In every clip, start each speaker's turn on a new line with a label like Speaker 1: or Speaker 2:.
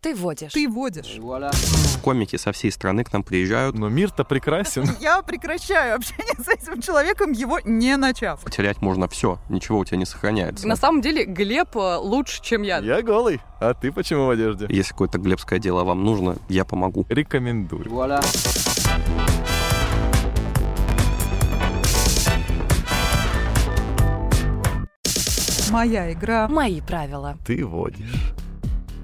Speaker 1: Ты водишь.
Speaker 2: Ты водишь.
Speaker 3: Комики со всей страны к нам приезжают.
Speaker 4: Но мир-то прекрасен.
Speaker 2: Я прекращаю общение с этим человеком, его не начав.
Speaker 3: Потерять можно все, ничего у тебя не сохраняется.
Speaker 5: На самом деле Глеб э, лучше, чем я.
Speaker 4: Я голый, а ты почему в одежде?
Speaker 3: Если какое-то глебское дело вам нужно, я помогу.
Speaker 4: Рекомендую.
Speaker 2: Моя игра.
Speaker 1: Мои правила.
Speaker 4: Ты водишь.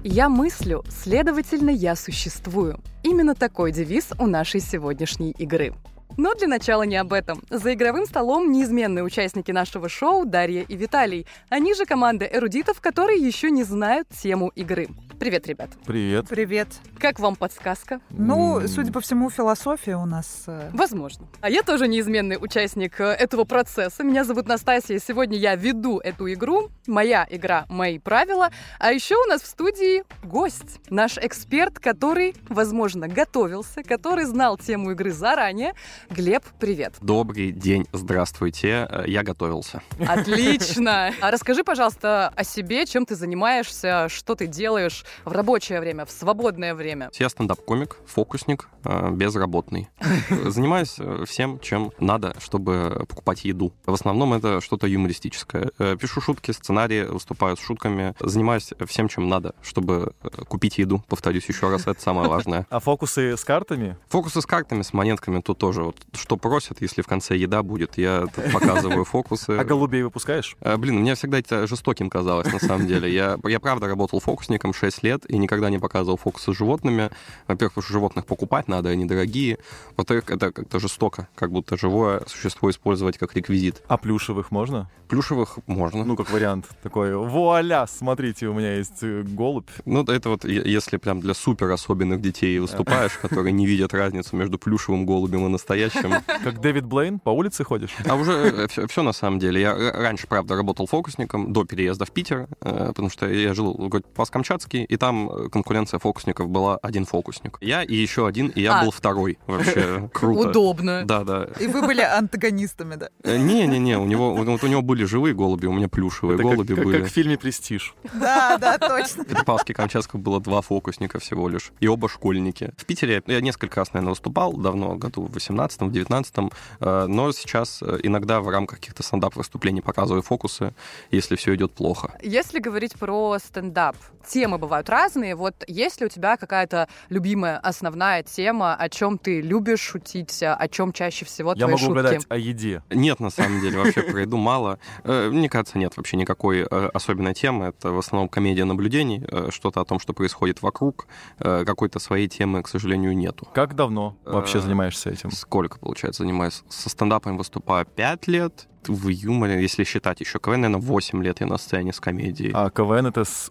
Speaker 5: Я мыслю, следовательно, я существую. Именно такой девиз у нашей сегодняшней игры. Но для начала не об этом. За игровым столом неизменные участники нашего шоу Дарья и Виталий. Они же команда эрудитов, которые еще не знают тему игры. Привет, ребят.
Speaker 4: Привет.
Speaker 2: Привет.
Speaker 5: Как вам подсказка?
Speaker 2: Ну,
Speaker 4: М,
Speaker 2: судя по всему, философия у нас... э,
Speaker 5: Возможно. А я тоже неизменный участник э, этого процесса. Меня зовут Настасья, и сегодня я веду эту игру. Моя игра, мои правила. А еще у нас в студии гость. Наш эксперт, который, возможно, готовился, который знал тему игры заранее. Глеб, привет.
Speaker 3: Добрый день, здравствуйте. Э, Я готовился.
Speaker 5: Отлично. А расскажи, пожалуйста, о себе, чем ты занимаешься, что ты делаешь в рабочее время, в свободное время.
Speaker 3: Я стендап-комик, фокусник, э, безработный. Э, Занимаюсь э, всем, чем надо, чтобы покупать еду. В основном это что-то юмористическое. Э, Пишу шутки, сценарии, выступаю с шутками. Занимаюсь всем, чем надо, чтобы э, купить еду. Повторюсь еще раз, это самое важное.
Speaker 4: А фокусы с картами?
Speaker 3: Фокусы с картами, с монетками, тут тоже. Вот, что просят, если в конце еда будет, я тут показываю фокусы.
Speaker 4: А голубей выпускаешь?
Speaker 3: А, Блин, мне всегда это жестоким казалось, на самом деле. Я, я правда работал фокусником 6 лет и никогда не показывал фокусы с животными. Во-первых, потому что животных покупать надо, они дорогие. Во-вторых, это как-то жестоко, как будто живое существо использовать как реквизит.
Speaker 4: А плюшевых можно?
Speaker 3: Плюшевых можно.
Speaker 4: Ну,
Speaker 3: Ну,
Speaker 4: как вариант такой. Вуаля, смотрите, у меня есть э, голубь.
Speaker 3: Ну, это вот е- если прям для супер особенных детей выступаешь, которые не видят разницу между плюшевым голубем и настоящим.
Speaker 4: Как Дэвид Блейн, по улице ходишь?
Speaker 3: А уже все, на самом деле. Я р- раньше, правда, работал фокусником до переезда в Питер, э, потому что я жил в городе Паскамчатский, и там э, конкуренция фокусников была один фокусник. Я и еще один, и я
Speaker 5: А.
Speaker 3: был второй. Вообще круто.
Speaker 5: Удобно.
Speaker 3: Да, да. Э,
Speaker 2: И вы были антагонистами, да?
Speaker 3: Не-не-не, у него вот у него были живые голуби, у меня плюшевые
Speaker 4: Это как-
Speaker 3: голуби
Speaker 4: как,
Speaker 3: были.
Speaker 4: как в фильме «Престиж».
Speaker 2: Да, да, точно.
Speaker 3: В Петропавловске Камчатском было два фокусника всего лишь, и оба школьники. В Питере я несколько раз, наверное, выступал, давно, году в 18-м, в 19-м, э, но сейчас э, иногда в рамках каких-то стендап-выступлений показываю фокусы, если все идет плохо.
Speaker 5: Если говорить про стендап, темы бывают разные. Вот есть ли у тебя какая-то любимая основная тема, о чем ты любишь шутить, о чем чаще всего
Speaker 4: Я
Speaker 5: твои
Speaker 4: могу
Speaker 5: шутки?
Speaker 4: угадать о еде.
Speaker 3: Нет, на самом деле, вообще про еду мало. Э, Мне кажется, нет вообще никакой э, особенной темы. Это в основном комедия наблюдений, э, что-то о том, что происходит вокруг. Э, Какой-то своей темы, к сожалению, нету.
Speaker 4: Как давно вообще
Speaker 3: Э,
Speaker 4: занимаешься этим?
Speaker 3: Сколько, получается, занимаюсь? Со стендапом выступаю 5 лет. В юморе, если считать еще КВН, наверное, 8 лет я на сцене с комедией.
Speaker 4: А КВН это с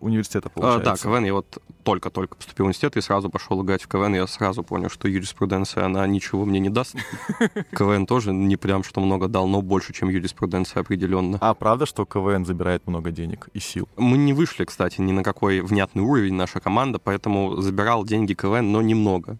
Speaker 3: А,
Speaker 4: университета получается?
Speaker 3: да, КВН, я вот только-только поступил в университет и сразу пошел играть в КВН, и я сразу понял, что юриспруденция, она ничего мне не даст. КВН тоже не прям что много дал, но больше, чем юриспруденция определенно.
Speaker 4: А правда, что КВН забирает много денег и сил?
Speaker 3: Мы не вышли, кстати, ни на какой внятный уровень наша команда, поэтому забирал деньги КВН, но немного.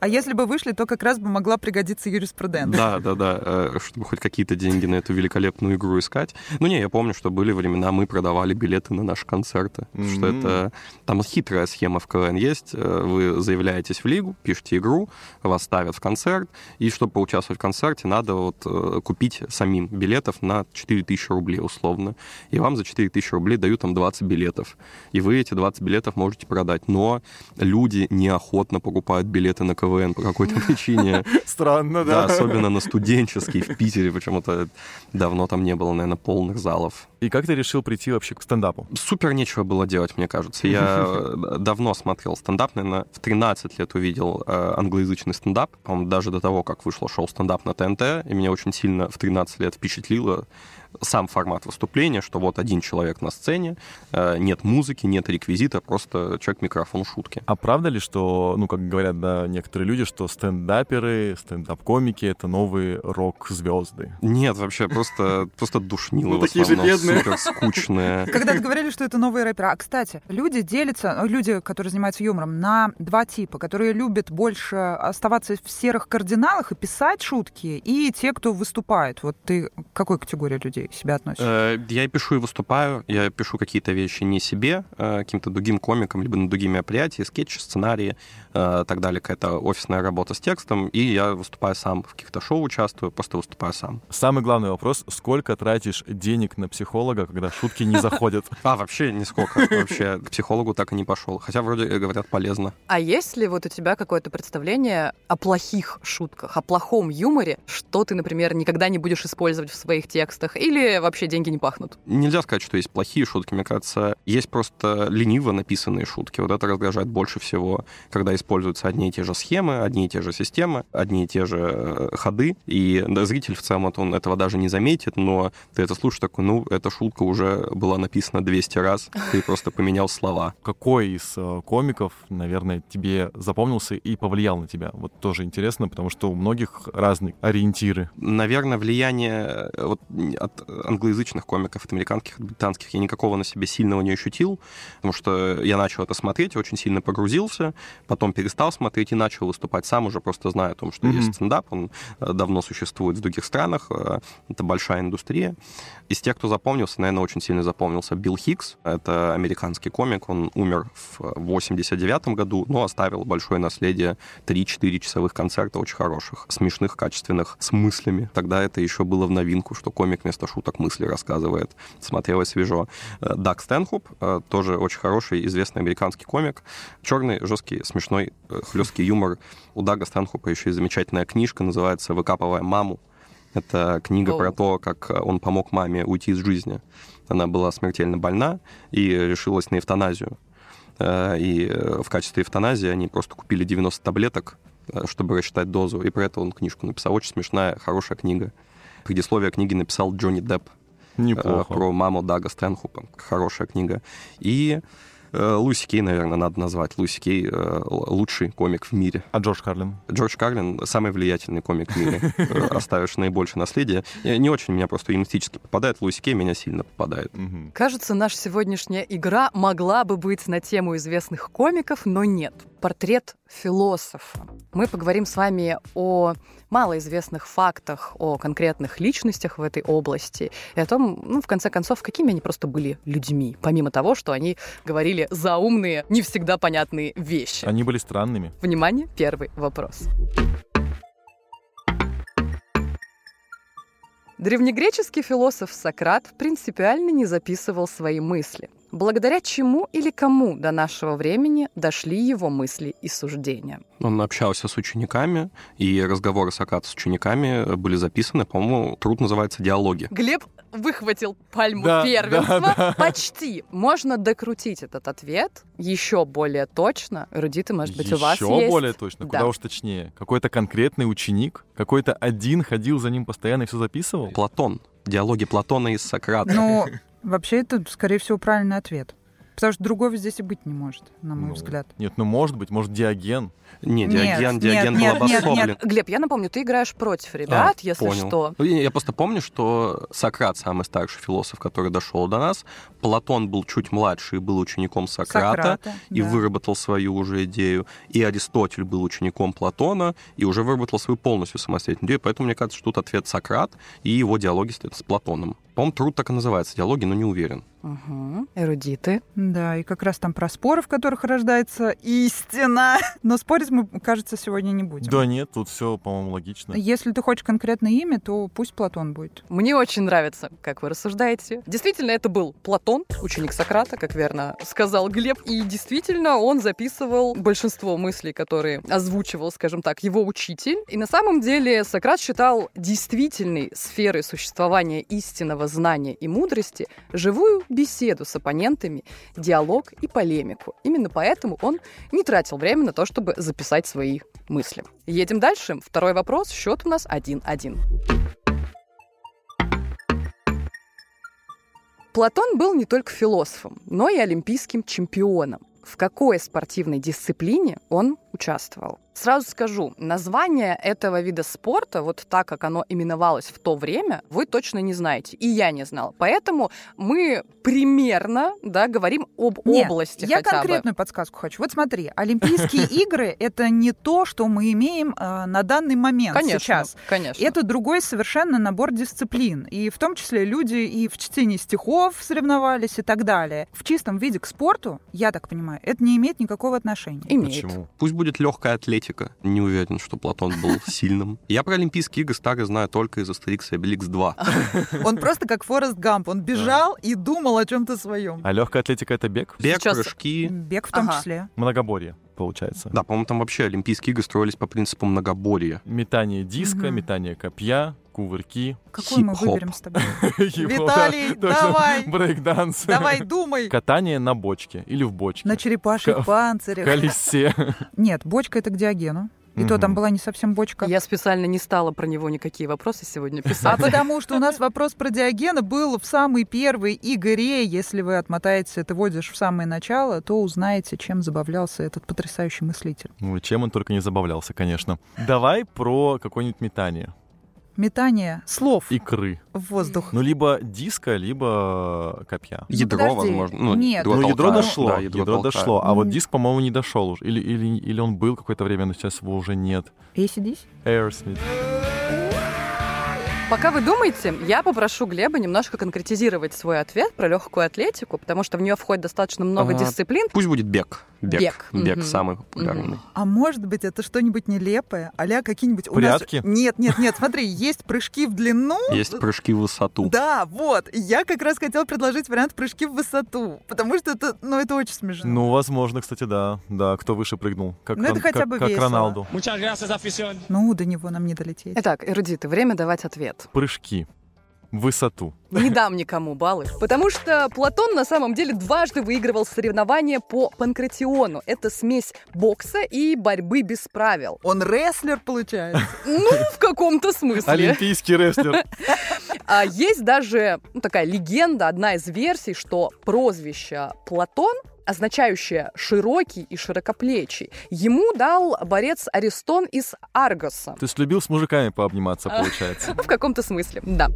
Speaker 2: А если бы вышли, то как раз бы могла пригодиться юриспруденция.
Speaker 3: Да, да, да, э, чтобы хоть какие-то деньги на эту великолепную игру искать. Ну не, я помню, что были времена, мы продавали билеты на наши концерты. потому Что
Speaker 4: Мгм.
Speaker 3: это там хитрая схема в КВН есть. Э, Вы заявляетесь в лигу, пишете игру, вас ставят в концерт, и чтобы поучаствовать в концерте, надо вот э, купить самим билетов на 4000 рублей условно. И вам за 4000 рублей дают там 20 билетов. И вы эти 20 билетов можете продать. Но люди неохотно покупают билеты на КВН по какой-то причине.
Speaker 4: Странно,
Speaker 3: Да,
Speaker 4: да.
Speaker 3: особенно на студенческий в Питере, почему-то давно там не было, наверное, полных залов.
Speaker 4: И как ты решил прийти вообще к стендапу?
Speaker 3: Супер нечего было делать, мне кажется. Я э, давно смотрел стендап, наверное, в 13 лет увидел э, англоязычный стендап, по-моему, даже до того, как вышло шоу стендап на ТНТ, и меня очень сильно в 13 лет впечатлило сам формат выступления, что вот один человек на сцене, э, нет музыки, нет реквизита, просто человек микрофон шутки.
Speaker 4: А правда ли, что, ну, как говорят, да, некоторые люди, что стендаперы, стендап-комики — это новые рок-звезды?
Speaker 3: Нет, вообще просто, просто душнило
Speaker 4: Ну,
Speaker 3: в
Speaker 4: такие же
Speaker 3: основном,
Speaker 4: бедные.
Speaker 3: супер скучное.
Speaker 2: Когда-то говорили, что это новые рэперы. А, кстати, люди делятся, ну, люди, которые занимаются юмором, на два типа, которые любят больше оставаться в серых кардиналах и писать шутки, и те, кто выступает. Вот ты к какой категории людей ты себя относишь?
Speaker 3: Э, Я и пишу и выступаю, я пишу какие-то вещи не себе, а каким-то другим комикам, либо на другие мероприятия, скетчи, сценарии, э, так далее, какая-то офисная работа с текстом, и я выступаю сам, в каких-то шоу участвую, просто выступаю сам.
Speaker 4: Самый главный вопрос, сколько тратишь денег на психолога, когда шутки не заходят?
Speaker 3: А, вообще нисколько, вообще к психологу так и не пошел, хотя вроде э, говорят полезно.
Speaker 5: А есть ли вот у тебя какое-то представление о плохих шутках, о плохом юморе, что ты, например, никогда не будешь использовать в своих текстах, или вообще деньги не пахнут?
Speaker 3: Нельзя сказать, что есть плохие шутки, мне кажется, есть просто лениво написанные шутки. Вот это раздражает больше всего, когда используются одни и те же схемы, одни и те же системы, одни и те же э, ходы. И да, зритель в целом вот он этого даже не заметит, но ты это слушаешь такой, ну, эта шутка уже была написана 200 раз, ты просто поменял слова.
Speaker 4: Какой из э, комиков, наверное, тебе запомнился и повлиял на тебя? Вот тоже интересно, потому что у многих разные ориентиры.
Speaker 3: Наверное, влияние э, вот, от англоязычных комиков, от американских, от британских, я никакого на себе сильного не ощутил, потому что я начал это смотреть, очень сильно погрузился, потом перестал смотреть и начал выступать сам уже, просто зная о том, что
Speaker 4: Мгм.
Speaker 3: есть стендап, он э, давно существует в других странах, э, это большая индустрия. Из тех, кто запомнился, наверное, очень сильно запомнился Билл Хикс, это американский комик, он умер в 89 году, но оставил большое наследие 3-4 часовых концерта очень хороших, смешных, качественных, с мыслями. Тогда это еще было в новинку, что комик вместо шуток мысли рассказывает. Смотрелось свежо. Э, Даг Стэнхоп, э, тоже очень хороший, известный американский комик. Черный, жесткий, смешной, э, хлесткий юмор. У Дага Стэнхопа еще и замечательная книжка, называется «Выкапывая маму». Это книга
Speaker 5: Оу.
Speaker 3: про то, как э, он помог маме уйти из жизни. Она была смертельно больна и решилась на эвтаназию. Э, И э, в качестве эвтаназии они просто купили 90 таблеток, э, чтобы рассчитать дозу. И про это он книжку написал. Очень смешная, хорошая книга. Предисловие книги написал Джонни Депп э,
Speaker 4: Неплохо.
Speaker 3: про маму Дага Стэнхупа. Хорошая книга. И э, Луси Кей, наверное, надо назвать. Луси Кей э, л- лучший комик в мире.
Speaker 4: А Джордж Карлин?
Speaker 3: Джордж Карлин самый влиятельный комик в мире, э, оставивший наибольшее наследие. Э, Не очень меня просто юмористически попадает, Луиси Кей меня сильно попадает.
Speaker 4: Мгм.
Speaker 5: Кажется, наша сегодняшняя игра могла бы быть на тему известных комиков, но нет. Портрет философа. Мы поговорим с вами о малоизвестных фактах, о конкретных личностях в этой области и о том, ну, в конце концов, какими они просто были людьми, помимо того, что они говорили заумные, не всегда понятные вещи.
Speaker 4: Они были странными.
Speaker 5: Внимание, первый вопрос. Древнегреческий философ Сократ принципиально не записывал свои мысли, благодаря чему или кому до нашего времени дошли его мысли и суждения.
Speaker 3: Он общался с учениками, и разговоры Сократа с учениками э, были записаны. По-моему, труд называется «Диалоги».
Speaker 5: Глеб выхватил пальму
Speaker 4: Да,
Speaker 5: первенства.
Speaker 4: да, да.
Speaker 5: Почти. Можно докрутить этот ответ еще более точно. Эрудиты, может быть, у вас
Speaker 4: Еще
Speaker 5: есть.
Speaker 4: более точно,
Speaker 5: Да.
Speaker 4: куда уж точнее. Какой-то конкретный ученик, какой-то один ходил за ним постоянно и все записывал?
Speaker 3: Платон. Диалоги Платона и Сократа.
Speaker 2: Ну, вообще, это, скорее всего, правильный ответ. Потому что другого здесь и быть не может, на мой
Speaker 4: Ну,
Speaker 2: взгляд.
Speaker 4: Нет, ну может быть, может Диоген.
Speaker 3: не,
Speaker 2: нет,
Speaker 3: Диоген,
Speaker 2: нет,
Speaker 3: Диоген был
Speaker 2: нет, нет, нет.
Speaker 3: обособлен. А,
Speaker 5: Глеб, я напомню, ты играешь против
Speaker 4: А,
Speaker 5: ребят, если
Speaker 3: Понял.
Speaker 5: что.
Speaker 3: Ну, Я я просто помню, что Сократ самый старший философ, который дошел до нас. Платон был чуть младше и был учеником Сократа. И
Speaker 2: да.
Speaker 3: выработал свою уже идею. И Аристотель был учеником Платона и уже выработал свою полностью самостоятельную идею. Поэтому мне кажется, что тут ответ Сократ и его диалоги стоят с Платоном. По-моему, труд так и называется. Диалоги, но не уверен.
Speaker 5: Мгм. Эрудиты.
Speaker 2: Да, и как раз там про споры, в которых рождается истина. Но спорить мы, кажется, сегодня не будем.
Speaker 4: Да нет, тут все, по-моему, логично.
Speaker 2: Если ты хочешь конкретное имя, то пусть Платон будет.
Speaker 5: Мне очень нравится, как вы рассуждаете. Действительно, это был Платон, ученик Сократа, как верно сказал Глеб. И действительно, он записывал большинство мыслей, которые озвучивал, скажем так, его учитель. И на самом деле Сократ считал действительной сферой существования истинного знания и мудрости живую беседу с оппонентами, диалог и полемику. Именно поэтому он не тратил время на то, чтобы записать свои мысли. Едем дальше. Второй вопрос. Счет у нас 1-1. Платон был не только философом, но и олимпийским чемпионом. В какой спортивной дисциплине он участвовал. Сразу скажу, название этого вида спорта, вот так, как оно именовалось в то время, вы точно не знаете. И я не знал. Поэтому мы примерно, да, говорим об
Speaker 2: Нет,
Speaker 5: области
Speaker 2: Я
Speaker 5: хотя бы.
Speaker 2: конкретную подсказку хочу. Вот смотри, Олимпийские игры — это не то, что мы имеем э, на данный момент
Speaker 5: Конечно,
Speaker 2: сейчас.
Speaker 5: конечно.
Speaker 2: Это другой совершенно набор дисциплин. И в том числе люди и в чтении стихов соревновались и так далее. В чистом виде к спорту, я так понимаю, это не имеет никакого отношения.
Speaker 5: имеет.
Speaker 4: Почему?
Speaker 3: Пусть будет легкая атлетика. Не уверен, что Платон был сильным. Я про Олимпийские игры старые знаю только из Астерикс и Обеликс 2.
Speaker 2: Он просто как Форест Гамп. Он бежал и думал о чем-то своем.
Speaker 4: А легкая атлетика это бег?
Speaker 3: Бег,
Speaker 5: Сейчас-
Speaker 3: прыжки.
Speaker 2: Бег в том
Speaker 5: Ага.
Speaker 2: числе.
Speaker 4: Многоборье, получается.
Speaker 3: Да, по-моему, там вообще Олимпийские игры строились по принципу многоборья.
Speaker 4: Метание диска,
Speaker 2: Мгм.
Speaker 4: метание копья, кувырки.
Speaker 2: Какую мы
Speaker 3: Хип-хоп.
Speaker 2: выберем с тобой?
Speaker 4: Его, да,
Speaker 2: Виталий,
Speaker 4: точно.
Speaker 2: давай.
Speaker 4: Брейкданс.
Speaker 2: Давай, думай.
Speaker 4: Катание на бочке или в бочке.
Speaker 2: На черепашьих
Speaker 4: Ка-
Speaker 2: панцирях.
Speaker 4: Колесе.
Speaker 2: Нет, бочка это к Диогену. И то
Speaker 4: Мгм.
Speaker 2: там была не совсем бочка.
Speaker 5: Я специально не стала про него никакие вопросы сегодня
Speaker 2: А
Speaker 5: писать.
Speaker 2: потому что у нас вопрос про Диогена был в самой первой игре. Если вы отмотаете это водишь в самое начало, то узнаете, чем забавлялся этот потрясающий мыслитель.
Speaker 4: Ну, чем он только не забавлялся, конечно. Давай про какое-нибудь метание.
Speaker 2: Метание слов
Speaker 4: Икры.
Speaker 2: в воздух.
Speaker 4: Ну, либо диска, либо копья.
Speaker 3: Ядро,
Speaker 2: подожди.
Speaker 3: возможно. Ну,
Speaker 2: Нет.
Speaker 3: ядро,
Speaker 4: ну, ядро
Speaker 3: толкают.
Speaker 4: дошло,
Speaker 3: Да,
Speaker 4: ядро,
Speaker 3: ядро, толкают.
Speaker 4: дошло, а вот
Speaker 2: М.
Speaker 4: диск, по-моему, не дошел уже. Или, или, или он был какое-то время, но сейчас его уже нет.
Speaker 2: ACDC?
Speaker 4: Aerosmith.
Speaker 5: А Пока вы думаете, я попрошу Глеба немножко конкретизировать свой ответ про легкую атлетику, потому что в нее входит достаточно много
Speaker 3: Ага.
Speaker 5: дисциплин.
Speaker 3: Пусть будет бег. Бег.
Speaker 5: Бег.
Speaker 3: Бег,
Speaker 5: Мгм.
Speaker 3: самый популярный.
Speaker 2: А может быть, это что-нибудь нелепое? Аля какие-нибудь...
Speaker 4: Прятки?
Speaker 2: У нас... Нет, нет, нет, смотри, есть прыжки в длину.
Speaker 3: Есть прыжки в высоту.
Speaker 2: Да, вот. Я как раз хотела предложить вариант прыжки в высоту, потому что это, ну, это очень смешно.
Speaker 4: Ну, возможно, кстати, да. Да, кто выше прыгнул. Как,
Speaker 2: Ну, это
Speaker 4: Рон-
Speaker 2: хотя
Speaker 4: как-
Speaker 2: бы
Speaker 4: как
Speaker 2: весело.
Speaker 4: Роналду.
Speaker 1: Muchas gracias, afición.
Speaker 2: Ну, до него нам не долететь.
Speaker 5: Итак, эрудиты, время давать ответ.
Speaker 4: Прыжки. Высоту.
Speaker 5: Не дам никому баллы, потому что Платон на самом деле дважды выигрывал соревнования по панкратиону. Это смесь бокса и борьбы без правил.
Speaker 2: Он рестлер, получается.
Speaker 5: Ну, в каком-то смысле.
Speaker 4: Олимпийский рестлер.
Speaker 5: А есть даже ну, такая легенда, одна из версий, что прозвище Платон означающее «широкий» и «широкоплечий». Ему дал борец Аристон из Аргоса.
Speaker 4: То есть любил с мужиками пообниматься,
Speaker 5: А.
Speaker 4: получается.
Speaker 5: В каком-то смысле, да.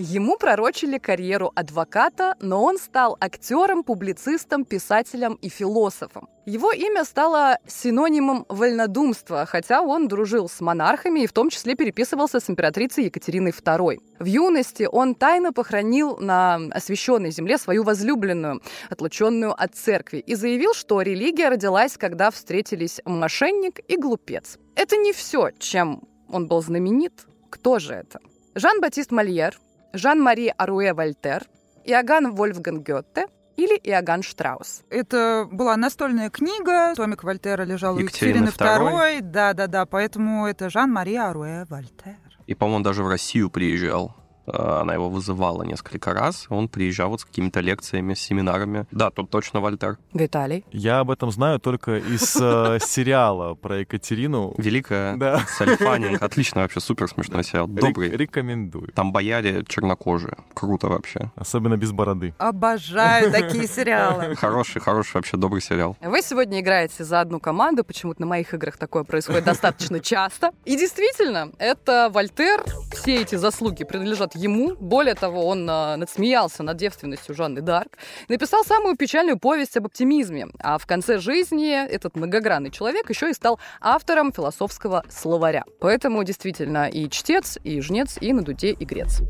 Speaker 5: Ему пророчили карьеру адвоката, но он стал актером, публицистом, писателем и философом. Его имя стало синонимом вольнодумства, хотя он дружил с монархами и в том числе переписывался с императрицей Екатериной II. В юности он тайно похоронил на освященной земле свою возлюбленную, отлученную от церкви, и заявил, что религия родилась, когда встретились мошенник и глупец. Это не все, чем он был знаменит. Кто же это? Жан-Батист Мольер, Жан-Мари Аруэ Вольтер, Иоганн Вольфган Гёте или Иоганн Штраус.
Speaker 2: Это была настольная книга. Томик Вольтера лежал у
Speaker 3: Екатерины
Speaker 2: Екатерины II. Да-да-да, поэтому это Жан-Мари Аруэ Вольтер.
Speaker 3: И, по-моему, он даже в Россию приезжал. Э, Она его вызывала несколько раз. Он приезжал вот с какими-то лекциями, с семинарами. Да, тут точно Вольтер.
Speaker 5: Виталий.
Speaker 4: Я об этом знаю только из э, сериала про Екатерину.
Speaker 3: Великая
Speaker 4: Да.
Speaker 3: Сальфанинг. Отлично вообще, супер смешной сериал.
Speaker 4: Рек-
Speaker 3: Добрый.
Speaker 4: Рекомендую.
Speaker 3: Там бояре чернокожие. Круто вообще.
Speaker 4: Особенно без бороды.
Speaker 2: Обожаю такие сериалы.
Speaker 3: Хороший, хороший вообще добрый сериал.
Speaker 5: Вы сегодня играете за одну команду, почему-то на моих играх такое происходит достаточно часто. И действительно, это Вольтер, все эти заслуги принадлежат ему. Более того, он а, надсмеялся над девственностью Жанны Дарк, написал самую печальную повесть об оптимизме. А в конце жизни этот многогранный человек еще и стал автором философского словаря. Поэтому действительно и чтец, и жнец, и на дуде и грец.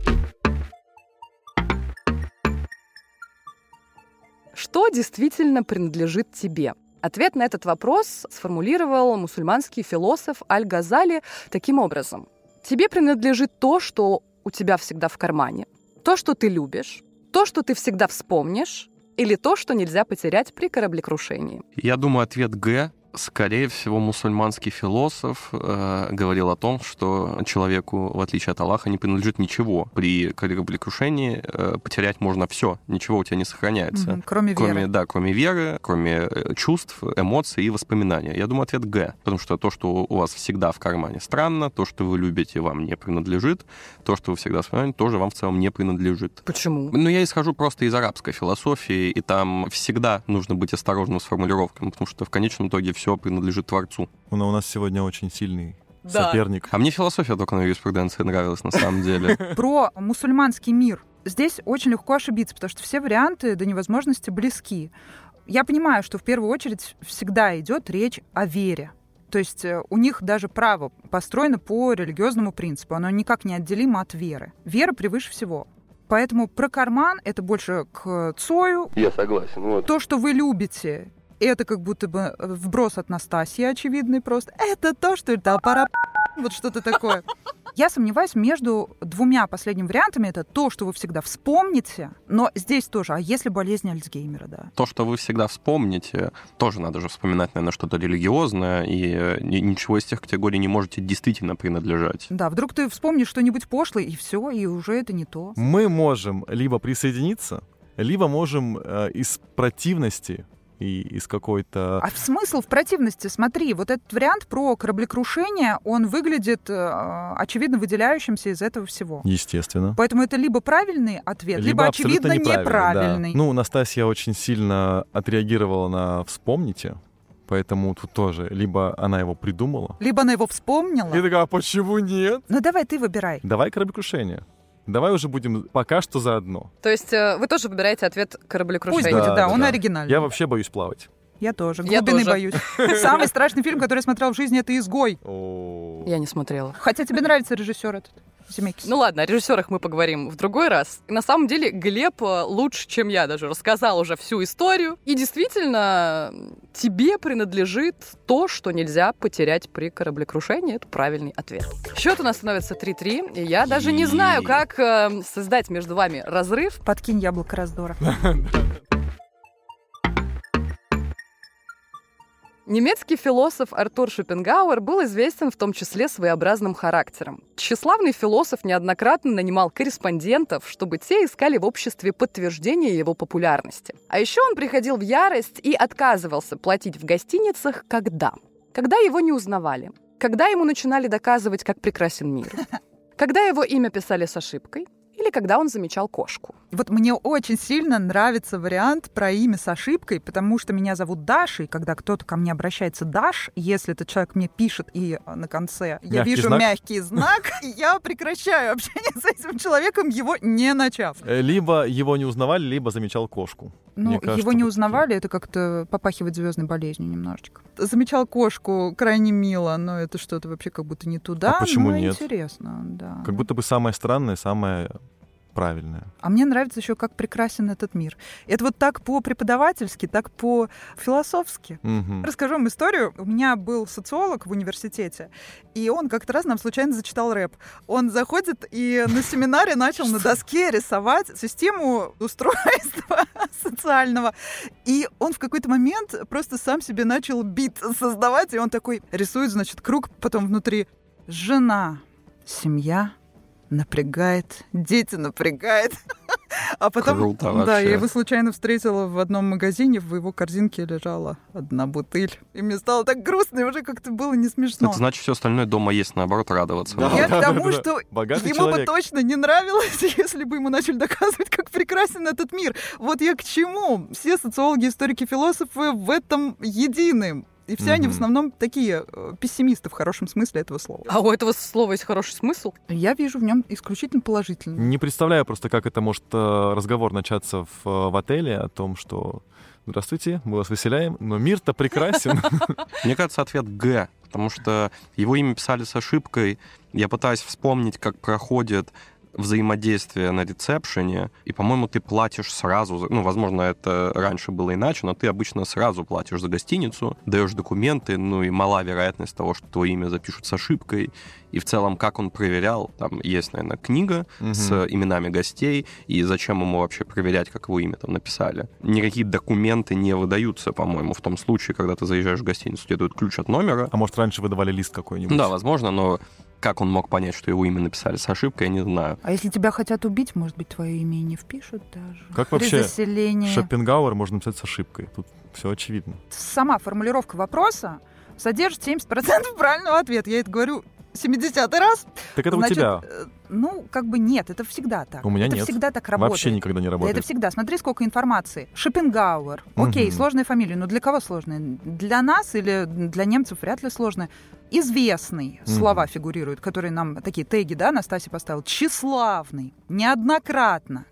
Speaker 5: Что действительно принадлежит тебе? Ответ на этот вопрос сформулировал мусульманский философ Аль-Газали таким образом. Тебе принадлежит то, что у тебя всегда в кармане, то, что ты любишь, то, что ты всегда вспомнишь, или то, что нельзя потерять при кораблекрушении.
Speaker 3: Я думаю, ответ Г Скорее всего, мусульманский философ э, говорил о том, что человеку, в отличие от Аллаха, не принадлежит ничего. При кораблекрушении э, потерять можно все, ничего у тебя не сохраняется.
Speaker 2: Мгм, Кроме
Speaker 3: Кроме,
Speaker 2: веры.
Speaker 3: да, кроме веры, кроме э, чувств, эмоций и воспоминаний. Я думаю, ответ Г. Потому что то, что у вас всегда в кармане странно, то, что вы любите, вам не принадлежит, то, что вы всегда вспоминаете, тоже вам в целом не принадлежит.
Speaker 5: Почему?
Speaker 3: Ну, я исхожу просто из арабской философии, и там всегда нужно быть осторожным с формулировками, потому что в конечном итоге все принадлежит Творцу.
Speaker 4: Но у нас сегодня очень сильный
Speaker 5: Да.
Speaker 4: соперник.
Speaker 3: А мне философия только на юриспруденции нравилась, на самом деле.
Speaker 2: Про мусульманский мир. Здесь очень легко ошибиться, потому что все варианты до невозможности близки. Я понимаю, что в первую очередь всегда идет речь о вере. То есть э, у них даже право построено по религиозному принципу. Оно никак не отделимо от веры. Вера превыше всего. Поэтому про карман это больше к Цою.
Speaker 3: Я согласен. Вот.
Speaker 2: То, что вы любите, это как будто бы э, вброс от Настасьи очевидный просто. Это то, что это пора вот что-то такое. Я сомневаюсь между двумя последними вариантами. Это то, что вы всегда вспомните, но здесь тоже. А если болезнь Альцгеймера, да?
Speaker 3: То, что вы всегда вспомните, тоже надо же вспоминать, наверное, что-то религиозное, и э, ни- ничего из тех категорий не можете действительно принадлежать.
Speaker 2: Да, вдруг ты вспомнишь что-нибудь пошлое, и все, и уже это не то.
Speaker 4: Мы можем либо присоединиться, либо можем э, из противности и из какой-то...
Speaker 2: А смысл в противности? Смотри, вот этот вариант про кораблекрушение, он выглядит, э, очевидно, выделяющимся из этого всего.
Speaker 4: Естественно.
Speaker 2: Поэтому это либо правильный ответ, либо,
Speaker 4: абсолютно
Speaker 2: очевидно,
Speaker 4: неправильно, да.
Speaker 2: неправильный.
Speaker 4: Ну, Настасья очень сильно отреагировала на «вспомните», поэтому тут тоже либо она его придумала.
Speaker 2: Либо она его вспомнила.
Speaker 4: И такая, «А почему нет?
Speaker 2: Ну давай ты выбирай.
Speaker 4: Давай кораблекрушение. Давай уже будем пока что заодно.
Speaker 5: То есть э, вы тоже выбираете ответ
Speaker 2: Пусть
Speaker 5: кораблекрушения?
Speaker 2: будет, да,
Speaker 4: да,
Speaker 2: он
Speaker 4: да.
Speaker 2: оригинальный.
Speaker 4: Я вообще боюсь плавать.
Speaker 2: Я тоже.
Speaker 5: Я
Speaker 2: Глубины
Speaker 5: тоже.
Speaker 2: боюсь. Самый страшный фильм, который я смотрел в жизни, это «Изгой».
Speaker 5: Я не смотрела.
Speaker 2: Хотя тебе нравится режиссер этот, Земекис.
Speaker 5: Ну ладно, о режиссерах мы поговорим в другой раз. На самом деле, Глеб э, лучше, чем я даже, рассказал уже всю историю. И действительно, тебе принадлежит то, что нельзя потерять при кораблекрушении. Это правильный ответ. Счет у нас становится 3-3. И я даже не знаю, как э, создать между вами разрыв.
Speaker 2: Подкинь яблоко раздора.
Speaker 5: Немецкий философ Артур Шопенгауэр был известен в том числе своеобразным характером. Тщеславный философ неоднократно нанимал корреспондентов, чтобы те искали в обществе подтверждение его популярности. А еще он приходил в ярость и отказывался платить в гостиницах когда? Когда его не узнавали, когда ему начинали доказывать, как прекрасен мир, когда его имя писали с ошибкой или когда он замечал кошку.
Speaker 2: Вот мне очень сильно нравится вариант про имя с ошибкой, потому что меня зовут Даша, и когда кто-то ко мне обращается Даш, если этот человек мне пишет и э, на конце я
Speaker 4: Мягкий
Speaker 2: вижу
Speaker 4: знак.
Speaker 2: мягкий знак, я прекращаю общение с этим человеком, его не начав.
Speaker 4: Э, Либо его не узнавали, либо замечал кошку.
Speaker 2: Ну,
Speaker 4: Мне кажется,
Speaker 2: его не
Speaker 4: вот
Speaker 2: узнавали, это как-то попахивает звездной болезнью немножечко. Замечал кошку крайне мило, но это что-то вообще как будто не туда.
Speaker 4: А почему
Speaker 2: но
Speaker 4: нет?
Speaker 2: Интересно, да.
Speaker 4: Как будто бы самое странное, самое правильное.
Speaker 2: А мне нравится еще, как прекрасен этот мир. Это вот так по-преподавательски, так по-философски.
Speaker 4: Мгм.
Speaker 2: Расскажу вам историю. У меня был социолог в университете, и он как-то раз нам случайно зачитал рэп. Он заходит и на семинаре начал на доске рисовать систему устройства социального. И он в какой-то момент просто сам себе начал бит создавать, и он такой рисует, значит, круг, потом внутри жена, семья, напрягает, дети напрягает. А потом,
Speaker 3: Круто
Speaker 2: да,
Speaker 3: вообще.
Speaker 2: я его случайно встретила в одном магазине, в его корзинке лежала одна бутыль. И мне стало так грустно, и уже как-то было не смешно.
Speaker 3: Это значит, все остальное дома есть, наоборот, радоваться.
Speaker 4: Да.
Speaker 2: Я к тому,
Speaker 4: Да-да-да.
Speaker 2: что
Speaker 4: Богатый
Speaker 2: ему бы
Speaker 4: человек.
Speaker 2: точно не нравилось, если бы ему начали доказывать, как прекрасен этот мир. Вот я к чему. Все социологи, историки, философы в этом едины. И все они в
Speaker 4: Мгм.
Speaker 2: основном такие э, пессимисты в хорошем смысле этого слова.
Speaker 5: А у этого слова есть хороший смысл.
Speaker 2: Я вижу в нем исключительно положительный.
Speaker 4: Не представляю просто, как это может э, разговор начаться в, э, в отеле о том, что «Здравствуйте, мы вас выселяем, но мир-то прекрасен».
Speaker 3: Мне кажется, ответ Г, потому что его имя писали с ошибкой. Я пытаюсь вспомнить, как проходит взаимодействие на ресепшене, и, по-моему, ты платишь сразу, за- ну, возможно, это раньше было иначе, но ты обычно сразу платишь за гостиницу, даешь документы, ну и мала вероятность того, что твое имя запишут с ошибкой, и в целом, как он проверял, там есть, наверное, книга
Speaker 4: Мгм.
Speaker 3: с именами гостей, и зачем ему вообще проверять, как его имя там написали. Никакие документы не выдаются, по-моему, в том случае, когда ты заезжаешь в гостиницу, тебе дают ключ от номера,
Speaker 4: А может, раньше выдавали лист какой-нибудь?
Speaker 3: да, возможно, но как он мог понять, что его имя написали с ошибкой, я не знаю.
Speaker 2: А если тебя хотят убить, может быть, твое имя и не впишут даже.
Speaker 4: Как
Speaker 2: При
Speaker 4: вообще
Speaker 2: заселении.
Speaker 4: Шопенгауэр можно написать с ошибкой? Тут все очевидно.
Speaker 2: Сама формулировка вопроса содержит 70% правильного ответа. Я это говорю 70 раз.
Speaker 4: Так это
Speaker 2: Значит,
Speaker 4: у тебя
Speaker 2: э, Ну, как бы нет, это всегда так.
Speaker 4: У меня
Speaker 2: это
Speaker 4: нет.
Speaker 2: всегда так работает.
Speaker 4: вообще никогда не
Speaker 2: Да
Speaker 4: работает.
Speaker 2: Это всегда. Смотри, сколько информации. Шопенгауэр. Окей,
Speaker 4: Мгм.
Speaker 2: сложная фамилия. Но для кого сложная? Для нас или для немцев вряд ли сложная. Известный
Speaker 4: Мгм.
Speaker 2: слова фигурируют, которые нам такие теги, да, Анастасия поставила. Тщеславный, неоднократно,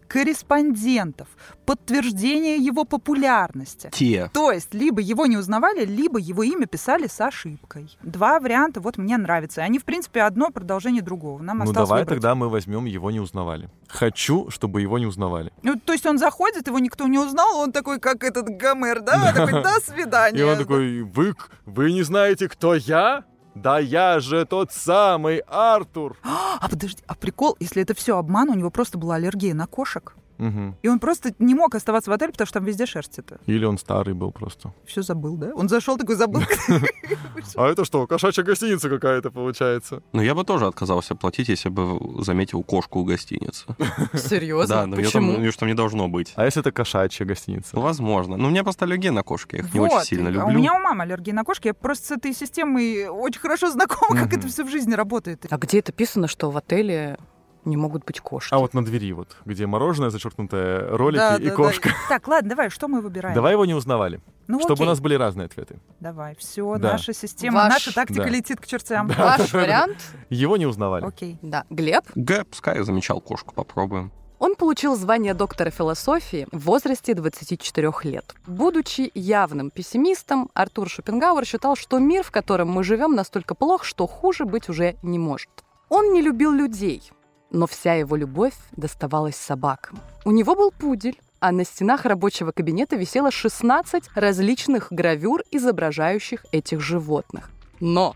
Speaker 2: корреспондентов, подтверждение его популярности.
Speaker 3: Те.
Speaker 2: То есть, либо его не узнавали, либо его имя писали с ошибкой. Два варианта вот мне нравятся. И Они, в принципе, одно продолжение другого. Нам
Speaker 4: Ну
Speaker 2: осталось
Speaker 4: давай
Speaker 2: выбрать.
Speaker 4: тогда мы возьмем его не узнавали. Хочу, чтобы его не узнавали.
Speaker 2: Ну, то есть он заходит, его никто не узнал, он такой, как этот Гомер, да? Он такой, до свидания.
Speaker 4: И он такой, вы, вы не знаете, кто я? Да я же тот самый Артур.
Speaker 2: А подожди, а прикол, если это все обман, у него просто была аллергия на кошек.
Speaker 4: Мгм.
Speaker 2: И он просто не мог оставаться в отеле, потому что там везде шерсть это.
Speaker 4: Или он старый был просто.
Speaker 2: Все забыл, да? Он зашел такой, забыл.
Speaker 4: А это что, кошачья гостиница какая-то получается?
Speaker 3: Ну, я бы тоже отказался платить, если бы заметил кошку у гостиницы.
Speaker 5: Серьезно?
Speaker 3: Да, но ее там,
Speaker 5: Почему?
Speaker 3: её ж там не должно быть.
Speaker 4: А если это кошачья гостиница?
Speaker 3: Возможно. Ну, у меня просто аллергия на кошки. Я их не
Speaker 2: Вот.
Speaker 3: очень сильно
Speaker 2: А
Speaker 3: люблю.
Speaker 2: У меня у мамы аллергия на кошки. Я просто с этой системой очень хорошо знакома, как
Speaker 4: Мгм.
Speaker 2: это все в жизни работает.
Speaker 5: А где это писано, что в отеле не могут быть кошки?
Speaker 4: А вот на двери вот, где мороженое зачеркнутое, ролики
Speaker 2: Да,
Speaker 4: и
Speaker 2: да, да.
Speaker 4: кошка.
Speaker 2: Так, ладно, давай, что мы выбираем?
Speaker 4: Давай его не узнавали,
Speaker 2: Ну,
Speaker 4: чтобы
Speaker 2: окей.
Speaker 4: у нас были разные ответы.
Speaker 2: Давай, все,
Speaker 4: Да.
Speaker 2: наша система,
Speaker 5: Ваш-
Speaker 2: наша тактика
Speaker 4: Да.
Speaker 2: летит к чертям.
Speaker 5: Ваш вариант?
Speaker 4: Его не узнавали.
Speaker 2: Окей.
Speaker 5: Да. Глеб?
Speaker 3: Г, пускай я замечал кошку, попробуем.
Speaker 5: Он получил звание доктора философии в возрасте 24 лет. Будучи явным пессимистом, Артур Шопенгауэр считал, что мир, в котором мы живем, настолько плох, что хуже быть уже не может. Он не любил людей, но вся его любовь доставалась собакам. У него был пудель, а на стенах рабочего кабинета висело 16 различных гравюр, изображающих этих животных. Но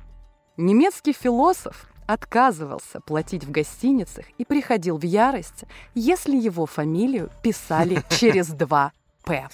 Speaker 5: немецкий философ отказывался платить в гостиницах и приходил в ярость, если его фамилию писали через два «П».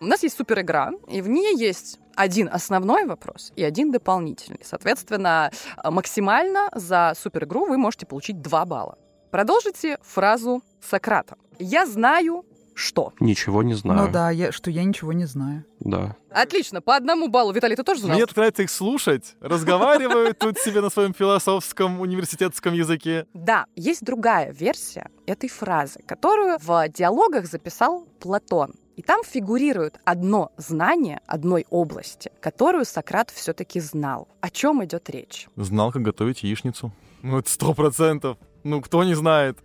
Speaker 5: У нас есть супер игра, и в ней есть один основной вопрос и один дополнительный. Соответственно, э, максимально за супер игру вы можете получить два балла. Продолжите фразу Сократа. Я знаю, что.
Speaker 3: Ничего не знаю.
Speaker 2: Ну да, я, что я ничего не знаю.
Speaker 3: Да.
Speaker 5: Отлично, по одному баллу. Виталий, ты тоже знал?
Speaker 4: Мне тут нравится их слушать, разговаривают тут себе на своем философском университетском языке.
Speaker 5: Да, есть другая версия этой фразы, которую в диалогах записал Платон. И там фигурирует одно знание одной области, которую Сократ все-таки знал. О чем идет речь?
Speaker 4: Знал, как готовить яичницу. Ну, это сто процентов. Ну, кто не знает?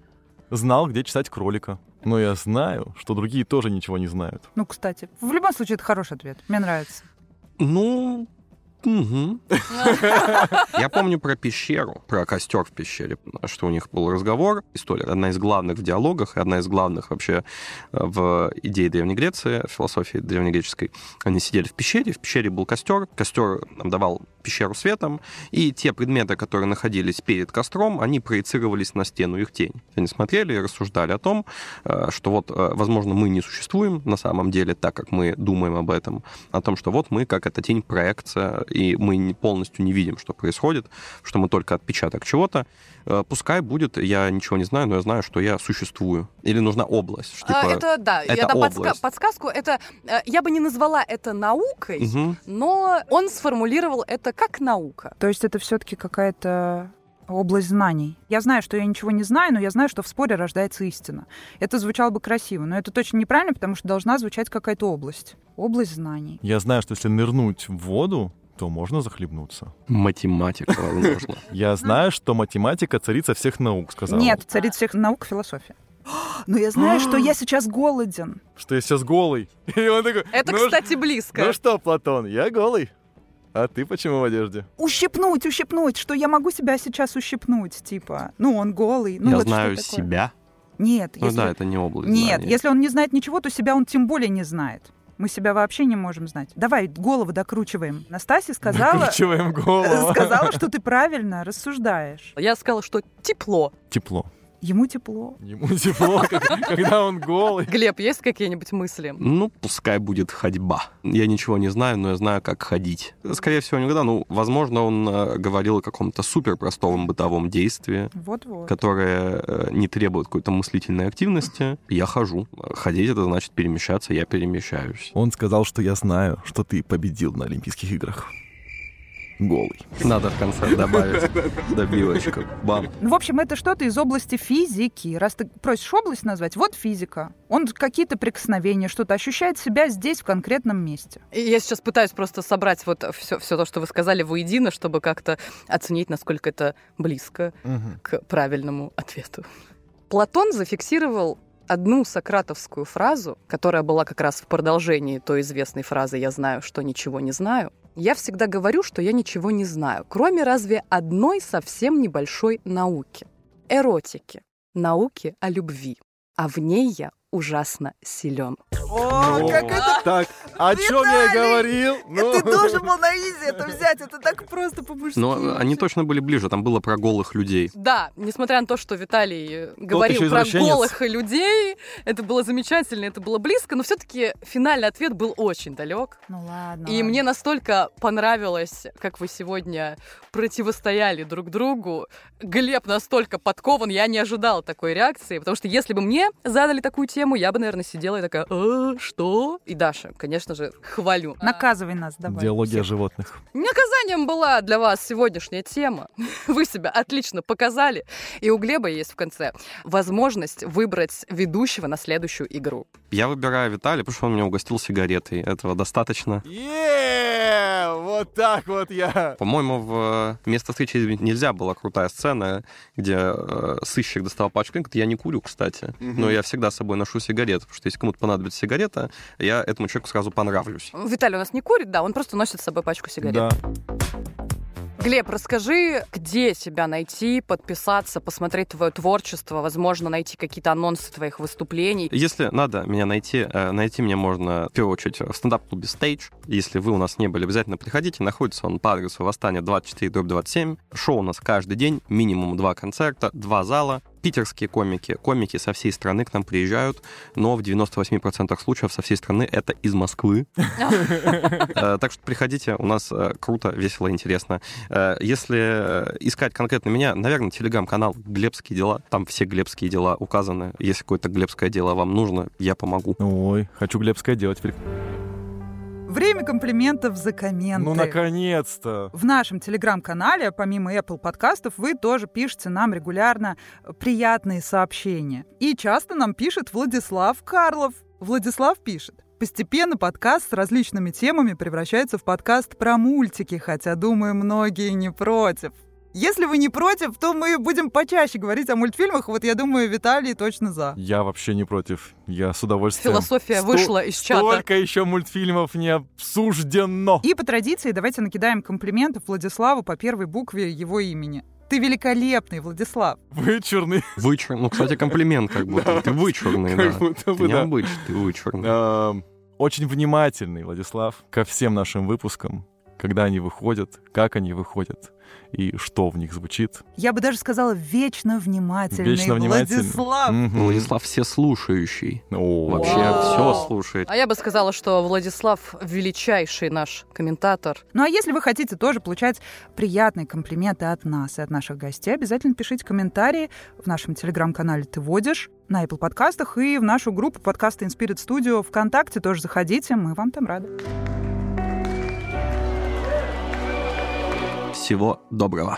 Speaker 4: Знал, где читать кролика. Но я знаю, что другие тоже ничего не знают.
Speaker 2: Ну, кстати, в любом случае, это хороший ответ. Мне нравится.
Speaker 3: Ну... мгм. Я помню про пещеру, про костер в пещере, что у них был разговор, история. Одна из главных в диалогах и одна из главных вообще э, в идее Древней Греции, в философии древнегреческой. Они сидели в пещере, в пещере был костер, костер нам давал пещеру светом, и те предметы, которые находились перед костром, они проецировались на стену их тень. Они смотрели и рассуждали о том, э, что вот, э, возможно, мы не существуем на самом деле, так как мы думаем об этом, о том, что вот мы, как эта тень, проекция, и мы не- полностью не видим, что происходит, что мы только отпечаток чего-то. Э, Пускай будет, я ничего не знаю, но я знаю, что я существую. Или нужна область. что,
Speaker 5: А,
Speaker 3: типа,
Speaker 5: это да, я
Speaker 3: это
Speaker 5: дам подска-
Speaker 3: область.
Speaker 5: подсказку. Это э, я бы не назвала это наукой,
Speaker 3: мгм.
Speaker 5: но он сформулировал это как наука.
Speaker 2: То есть это все-таки какая-то область знаний. Я знаю, что я ничего не знаю, но я знаю, что в споре рождается истина. Это звучало бы красиво, но это точно неправильно, потому что должна звучать какая-то область. Область знаний.
Speaker 4: Я знаю, что если нырнуть в воду, то можно захлебнуться.
Speaker 3: Математика, возможно.
Speaker 4: Я знаю, что математика царица всех наук, сказала.
Speaker 2: Нет, царит всех наук философия. Но я знаю, что я сейчас голоден.
Speaker 4: Что я сейчас голый. И он такой,
Speaker 5: Это,
Speaker 4: «Ну ж-
Speaker 5: кстати, близко.
Speaker 4: Ну что, Платон, я голый. А ты почему в одежде?
Speaker 2: Ущипнуть, ущипнуть, что я могу себя сейчас ущипнуть, типа. Ну, он голый. Ну,
Speaker 3: я
Speaker 2: вот
Speaker 3: знаю
Speaker 2: что такое.
Speaker 3: себя.
Speaker 2: Нет,
Speaker 3: Ну
Speaker 2: если...
Speaker 3: да, это не область
Speaker 2: Нет,
Speaker 3: знания.
Speaker 2: если он не знает ничего, то себя он тем более не знает. Мы себя вообще не можем знать. Давай голову докручиваем. Настасья сказала, э,
Speaker 4: Выкручиваем голову.
Speaker 2: сказала, что ты правильно рассуждаешь.
Speaker 5: Я сказала, что тепло.
Speaker 4: Тепло.
Speaker 2: Ему тепло.
Speaker 4: Ему тепло, как- когда он голый.
Speaker 5: Глеб, есть какие-нибудь мысли?
Speaker 3: Ну, пускай будет ходьба. Я ничего не знаю, но я знаю, как ходить. Скорее всего, никогда. Ну, возможно, он э, говорил о каком-то супер простом бытовом действии,
Speaker 2: Вот-вот.
Speaker 3: которое э, не требует какой-то мыслительной активности. Я хожу. Ходить это значит перемещаться, я перемещаюсь.
Speaker 4: Он сказал, что я знаю, что ты победил на Олимпийских играх. Голый.
Speaker 3: Надо в конце добавить добивочку. Бам.
Speaker 2: Ну, в общем, это что-то из области физики. Раз ты просишь область назвать, вот физика. Он какие-то прикосновения, что-то ощущает себя здесь, в конкретном месте.
Speaker 5: И Я сейчас пытаюсь просто собрать вот все, все то, что вы сказали воедино, чтобы как-то оценить, насколько это близко к правильному ответу. Платон зафиксировал одну сократовскую фразу, которая была как раз в продолжении той известной фразы «я знаю, что ничего не знаю». Я всегда говорю, что я ничего не знаю, кроме разве одной совсем небольшой науки. Эротики. Науки о любви. А в ней я ужасно силен.
Speaker 2: О,
Speaker 4: Ну,
Speaker 2: А, как это...
Speaker 4: Так, о чем я и говорил? Ну.
Speaker 2: Ты должен был на изи это взять, это так просто по-мужски.
Speaker 3: Но они точно были ближе. Там было про голых людей.
Speaker 5: Да, несмотря на то, что Виталий э,
Speaker 4: еще
Speaker 5: говорил про
Speaker 4: извращенец.
Speaker 5: голых людей, это было замечательно, это было близко, но все-таки финальный ответ был очень далек.
Speaker 2: Ну ладно.
Speaker 5: И мне настолько понравилось, как вы сегодня противостояли друг другу. Глеб настолько подкован, я не ожидала такой реакции, потому что если бы мне задали такую тему, я бы, наверное, сидела и такая, «А, что? И Даша, конечно же, хвалю.
Speaker 2: Наказывай нас, давай.
Speaker 4: Диалоги о животных.
Speaker 5: Наказанием была для вас сегодняшняя тема. Вы себя отлично показали. И у Глеба есть в конце возможность выбрать ведущего на следующую игру.
Speaker 3: Я выбираю Виталия, потому что он меня угостил сигаретой. Этого достаточно.
Speaker 4: Е, вот так вот я.
Speaker 3: По-моему, в э, «Место встречи изменить нельзя» была крутая сцена, где э, сыщик достал пачку денег. Я не курю, кстати, но я всегда с собой ношу сигареты, потому что если кому-то понадобится сигарета, я этому человеку сразу понравлюсь.
Speaker 5: Виталий у нас не курит, да, он просто носит с собой пачку сигарет.
Speaker 4: Да.
Speaker 5: Глеб, расскажи, где себя найти, подписаться, посмотреть твое творчество, возможно, найти какие-то анонсы твоих выступлений.
Speaker 3: Если надо меня найти, э, найти меня можно в первую очередь в стендап-клубе Stage. Если вы у нас не были, обязательно приходите. Находится он по адресу Восстания 24 дробь 27. Шоу у нас каждый день, минимум два концерта, два зала. Питерские комики, комики со всей страны к нам приезжают, но в 98% случаев со всей страны это из Москвы. Э, Так что приходите, у нас э, круто, весело, интересно. Э, Если э, искать конкретно меня, наверное, телеграм-канал «Глебские дела». Там все глебские дела указаны. Если какое-то глебское дело вам нужно, я помогу.
Speaker 4: Ой, хочу Глебское делать. теперь.
Speaker 2: Время комплиментов за комменты.
Speaker 4: Ну, наконец-то.
Speaker 2: В нашем телеграм-канале, помимо Apple подкастов, вы тоже пишете нам регулярно э, приятные сообщения. И часто нам пишет Владислав Карлов. Владислав пишет. Постепенно подкаст с различными темами превращается в подкаст про мультики, хотя, думаю, многие не против. Если вы не против, то мы будем почаще говорить о мультфильмах. Вот я думаю, Виталий точно за.
Speaker 4: Я вообще не против. Я с удовольствием.
Speaker 5: Философия
Speaker 4: Сто-
Speaker 5: вышла из чата.
Speaker 4: Столько еще мультфильмов не обсуждено.
Speaker 2: И по традиции давайте накидаем комплиментов Владиславу по первой букве его имени. Ты великолепный, Владислав.
Speaker 4: Вычурный.
Speaker 3: Вычурный. Ну, кстати, комплимент как будто.
Speaker 4: Да.
Speaker 3: Ты вычурный,
Speaker 4: Как
Speaker 3: Ну да.
Speaker 4: будто
Speaker 3: Ты
Speaker 4: бы, да.
Speaker 3: необычный, ты вычурный.
Speaker 4: Эм, Очень внимательный, Владислав, ко всем нашим выпускам. Когда они выходят, как они выходят и что в них звучит.
Speaker 2: Я бы даже сказала, вечно внимательный
Speaker 4: Вечно внимательный.
Speaker 2: Владислав.
Speaker 4: Мгм.
Speaker 3: Владислав всеслушающий.
Speaker 4: О,
Speaker 3: Вообще
Speaker 5: Вау.
Speaker 3: все слушает.
Speaker 5: А я бы сказала, что Владислав величайший наш комментатор.
Speaker 2: Ну а если вы хотите тоже получать приятные комплименты от нас и от наших гостей, обязательно пишите комментарии в нашем телеграм-канале «Ты водишь», на Apple подкастах и в нашу группу подкаста Inspirit Studio ВКонтакте тоже заходите, мы вам там рады.
Speaker 3: Всего доброго.